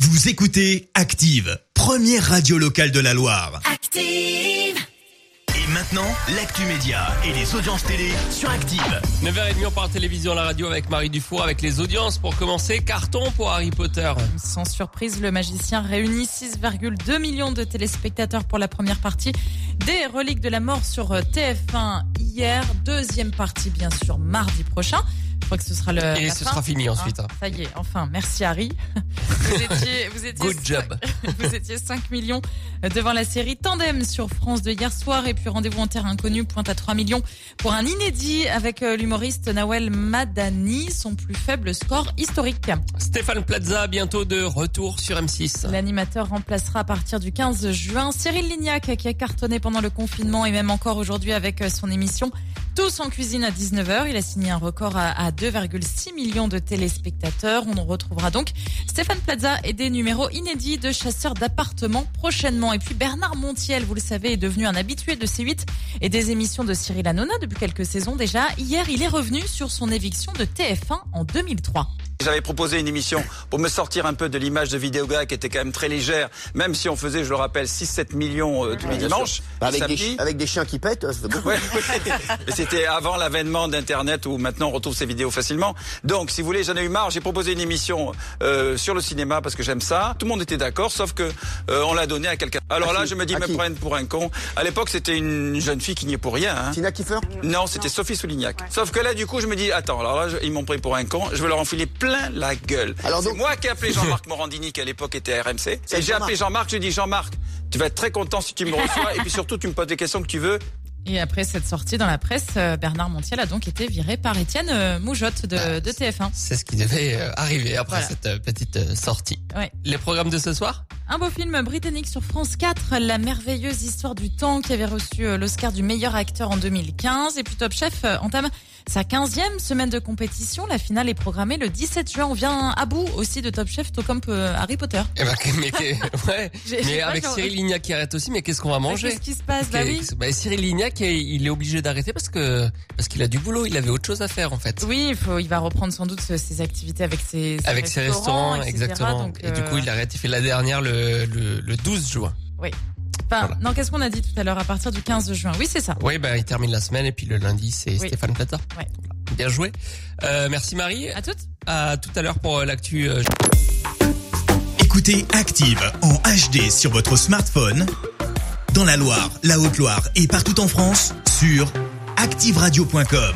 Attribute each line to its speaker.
Speaker 1: Vous écoutez Active, première radio locale de la Loire.
Speaker 2: Active.
Speaker 1: Et maintenant, l'actu média et les audiences télé sur Active.
Speaker 3: 9h30, on parle télévision, la radio avec Marie Dufour, avec les audiences. Pour commencer, carton pour Harry Potter.
Speaker 4: Sans surprise, le magicien réunit 6,2 millions de téléspectateurs pour la première partie des Reliques de la Mort sur euh, TF1 hier. Deuxième partie, bien sûr, mardi prochain. Je crois que ce sera le.
Speaker 3: Et
Speaker 4: la
Speaker 3: ce
Speaker 4: fin.
Speaker 3: sera fini ensuite. hein.
Speaker 4: Ah, ça y est, enfin, merci Harry. Vous étiez, vous étiez
Speaker 3: Good job.
Speaker 4: Vous étiez 5 millions devant la série Tandem sur France de hier soir. Et puis rendez-vous en terre inconnue pointe à 3 millions pour un inédit avec euh, l'humoriste Nawel Madani, son plus faible score historique.
Speaker 3: Stéphane Plaza, bientôt de retour sur M6.
Speaker 4: L'animateur remplacera à partir du 15 juin Cyril Lignac qui a cartonné pendant le confinement et même encore aujourd'hui avec euh, son émission Tous en cuisine à 19h. Il a signé un record à à 2,6 millions de téléspectateurs. On en retrouvera donc Stéphane Plaza et des numéros inédits de chasseurs d'appartements prochainement. Et puis Bernard Montiel, vous le savez, est devenu un habitué de C8 et des émissions de Cyril Hanouna depuis quelques saisons déjà. Hier, il est revenu sur son éviction de TF1 en 2003.
Speaker 5: J'avais proposé une émission pour me sortir un peu de l'image de Vidéoga qui était quand même très légère, même si on faisait, je le rappelle, 6-7 millions euh, tous les dimanches,
Speaker 6: Bah, avec, des,
Speaker 5: samedi.
Speaker 6: chi- avec des chiens qui pètent, euh, ça fait beaucoup.
Speaker 5: Ouais, ouais. Mais C'était avant l'avènement d'Internet où maintenant on retrouve ces vidéos facilement. Donc, si vous voulez, j'en ai eu marre. J'ai proposé une émission euh, sur le cinéma parce que j'aime ça. Tout le monde était d'accord, sauf que euh, on l'a donné à quelqu'un. Alors
Speaker 6: À
Speaker 5: là,
Speaker 6: qui
Speaker 5: je me dis,
Speaker 6: À
Speaker 5: me
Speaker 6: qui
Speaker 5: prennent pour un con. À l'époque, c'était une jeune fille qui n'y est pour rien. hein.
Speaker 6: Tina Kiefer
Speaker 5: Non, c'était Sophie Soulignac. Sauf que là, du coup, je me dis, attends, alors là, je- ils m'ont pris pour un con, je vais leur enfiler plein la gueule.
Speaker 6: Alors
Speaker 5: c'est
Speaker 6: donc-
Speaker 5: moi qui ai appelé Jean-Marc Morandini, qui à l'époque était RMC.
Speaker 6: C'est
Speaker 5: Et j'ai
Speaker 6: Jean-Marc.
Speaker 5: appelé Jean-Marc, j'ai dit, Jean-Marc, tu vas être très content si tu me reçois, et puis surtout, tu me poses des questions que tu veux.
Speaker 4: Et après cette sortie dans la presse, euh, Bernard Montiel a donc été viré par Étienne euh, Moujotte de, de TF1.
Speaker 3: C'est ce qui devait euh, arriver après
Speaker 4: Voilà.
Speaker 3: cette euh, petite euh, sortie.
Speaker 4: Ouais.
Speaker 3: Les programmes de ce soir
Speaker 4: Un beau film britannique sur France 4, La merveilleuse histoire du temps, qui avait reçu euh, l'Oscar du meilleur acteur en 2015. Et puis Top Chef euh, entame sa 15e semaine de compétition. La finale est programmée le 17 juin. On vient à bout aussi de Top Chef, tout comme euh, Harry Potter.
Speaker 3: Eh ben, mais que- ouais.
Speaker 4: J'ai- j'ai
Speaker 3: mais
Speaker 4: pas
Speaker 3: avec
Speaker 4: genre-
Speaker 3: Cyril Lignac qui arrête aussi, mais qu'est-ce qu'on va manger
Speaker 4: Qu'est-ce qui se passe Bah
Speaker 3: Qu'est-
Speaker 4: oui.
Speaker 3: bah, Cyril Lignac, il est obligé d'arrêter parce que parce qu'il a du boulot, il avait autre chose à faire en fait.
Speaker 4: Oui, il, faut, il va reprendre sans doute euh, ses activités avec ses, ses
Speaker 3: Avec ses restaurants,
Speaker 4: etc.
Speaker 3: exactement.
Speaker 4: Donc,
Speaker 3: Et du
Speaker 4: euh,
Speaker 3: coup, il arrête. Il fait la dernière le, le, le 12 juin.
Speaker 4: enfin,
Speaker 3: voilà.
Speaker 4: Non, qu'est-ce qu'on a dit tout à l'heure à partir du 15 juin Oui, c'est ça.
Speaker 3: Oui, ben il termine la semaine et puis le lundi, c'est
Speaker 4: Oui.
Speaker 3: Stéphane Plata.
Speaker 4: Ouais.
Speaker 3: Voilà. Bien joué. Euh, merci Marie.
Speaker 4: À toutes.
Speaker 3: À tout à l'heure pour euh, l'actu. euh,
Speaker 1: Écoutez Active en HD sur votre smartphone, dans la Loire, la Haute-Loire et partout en France, sur activeradio.com.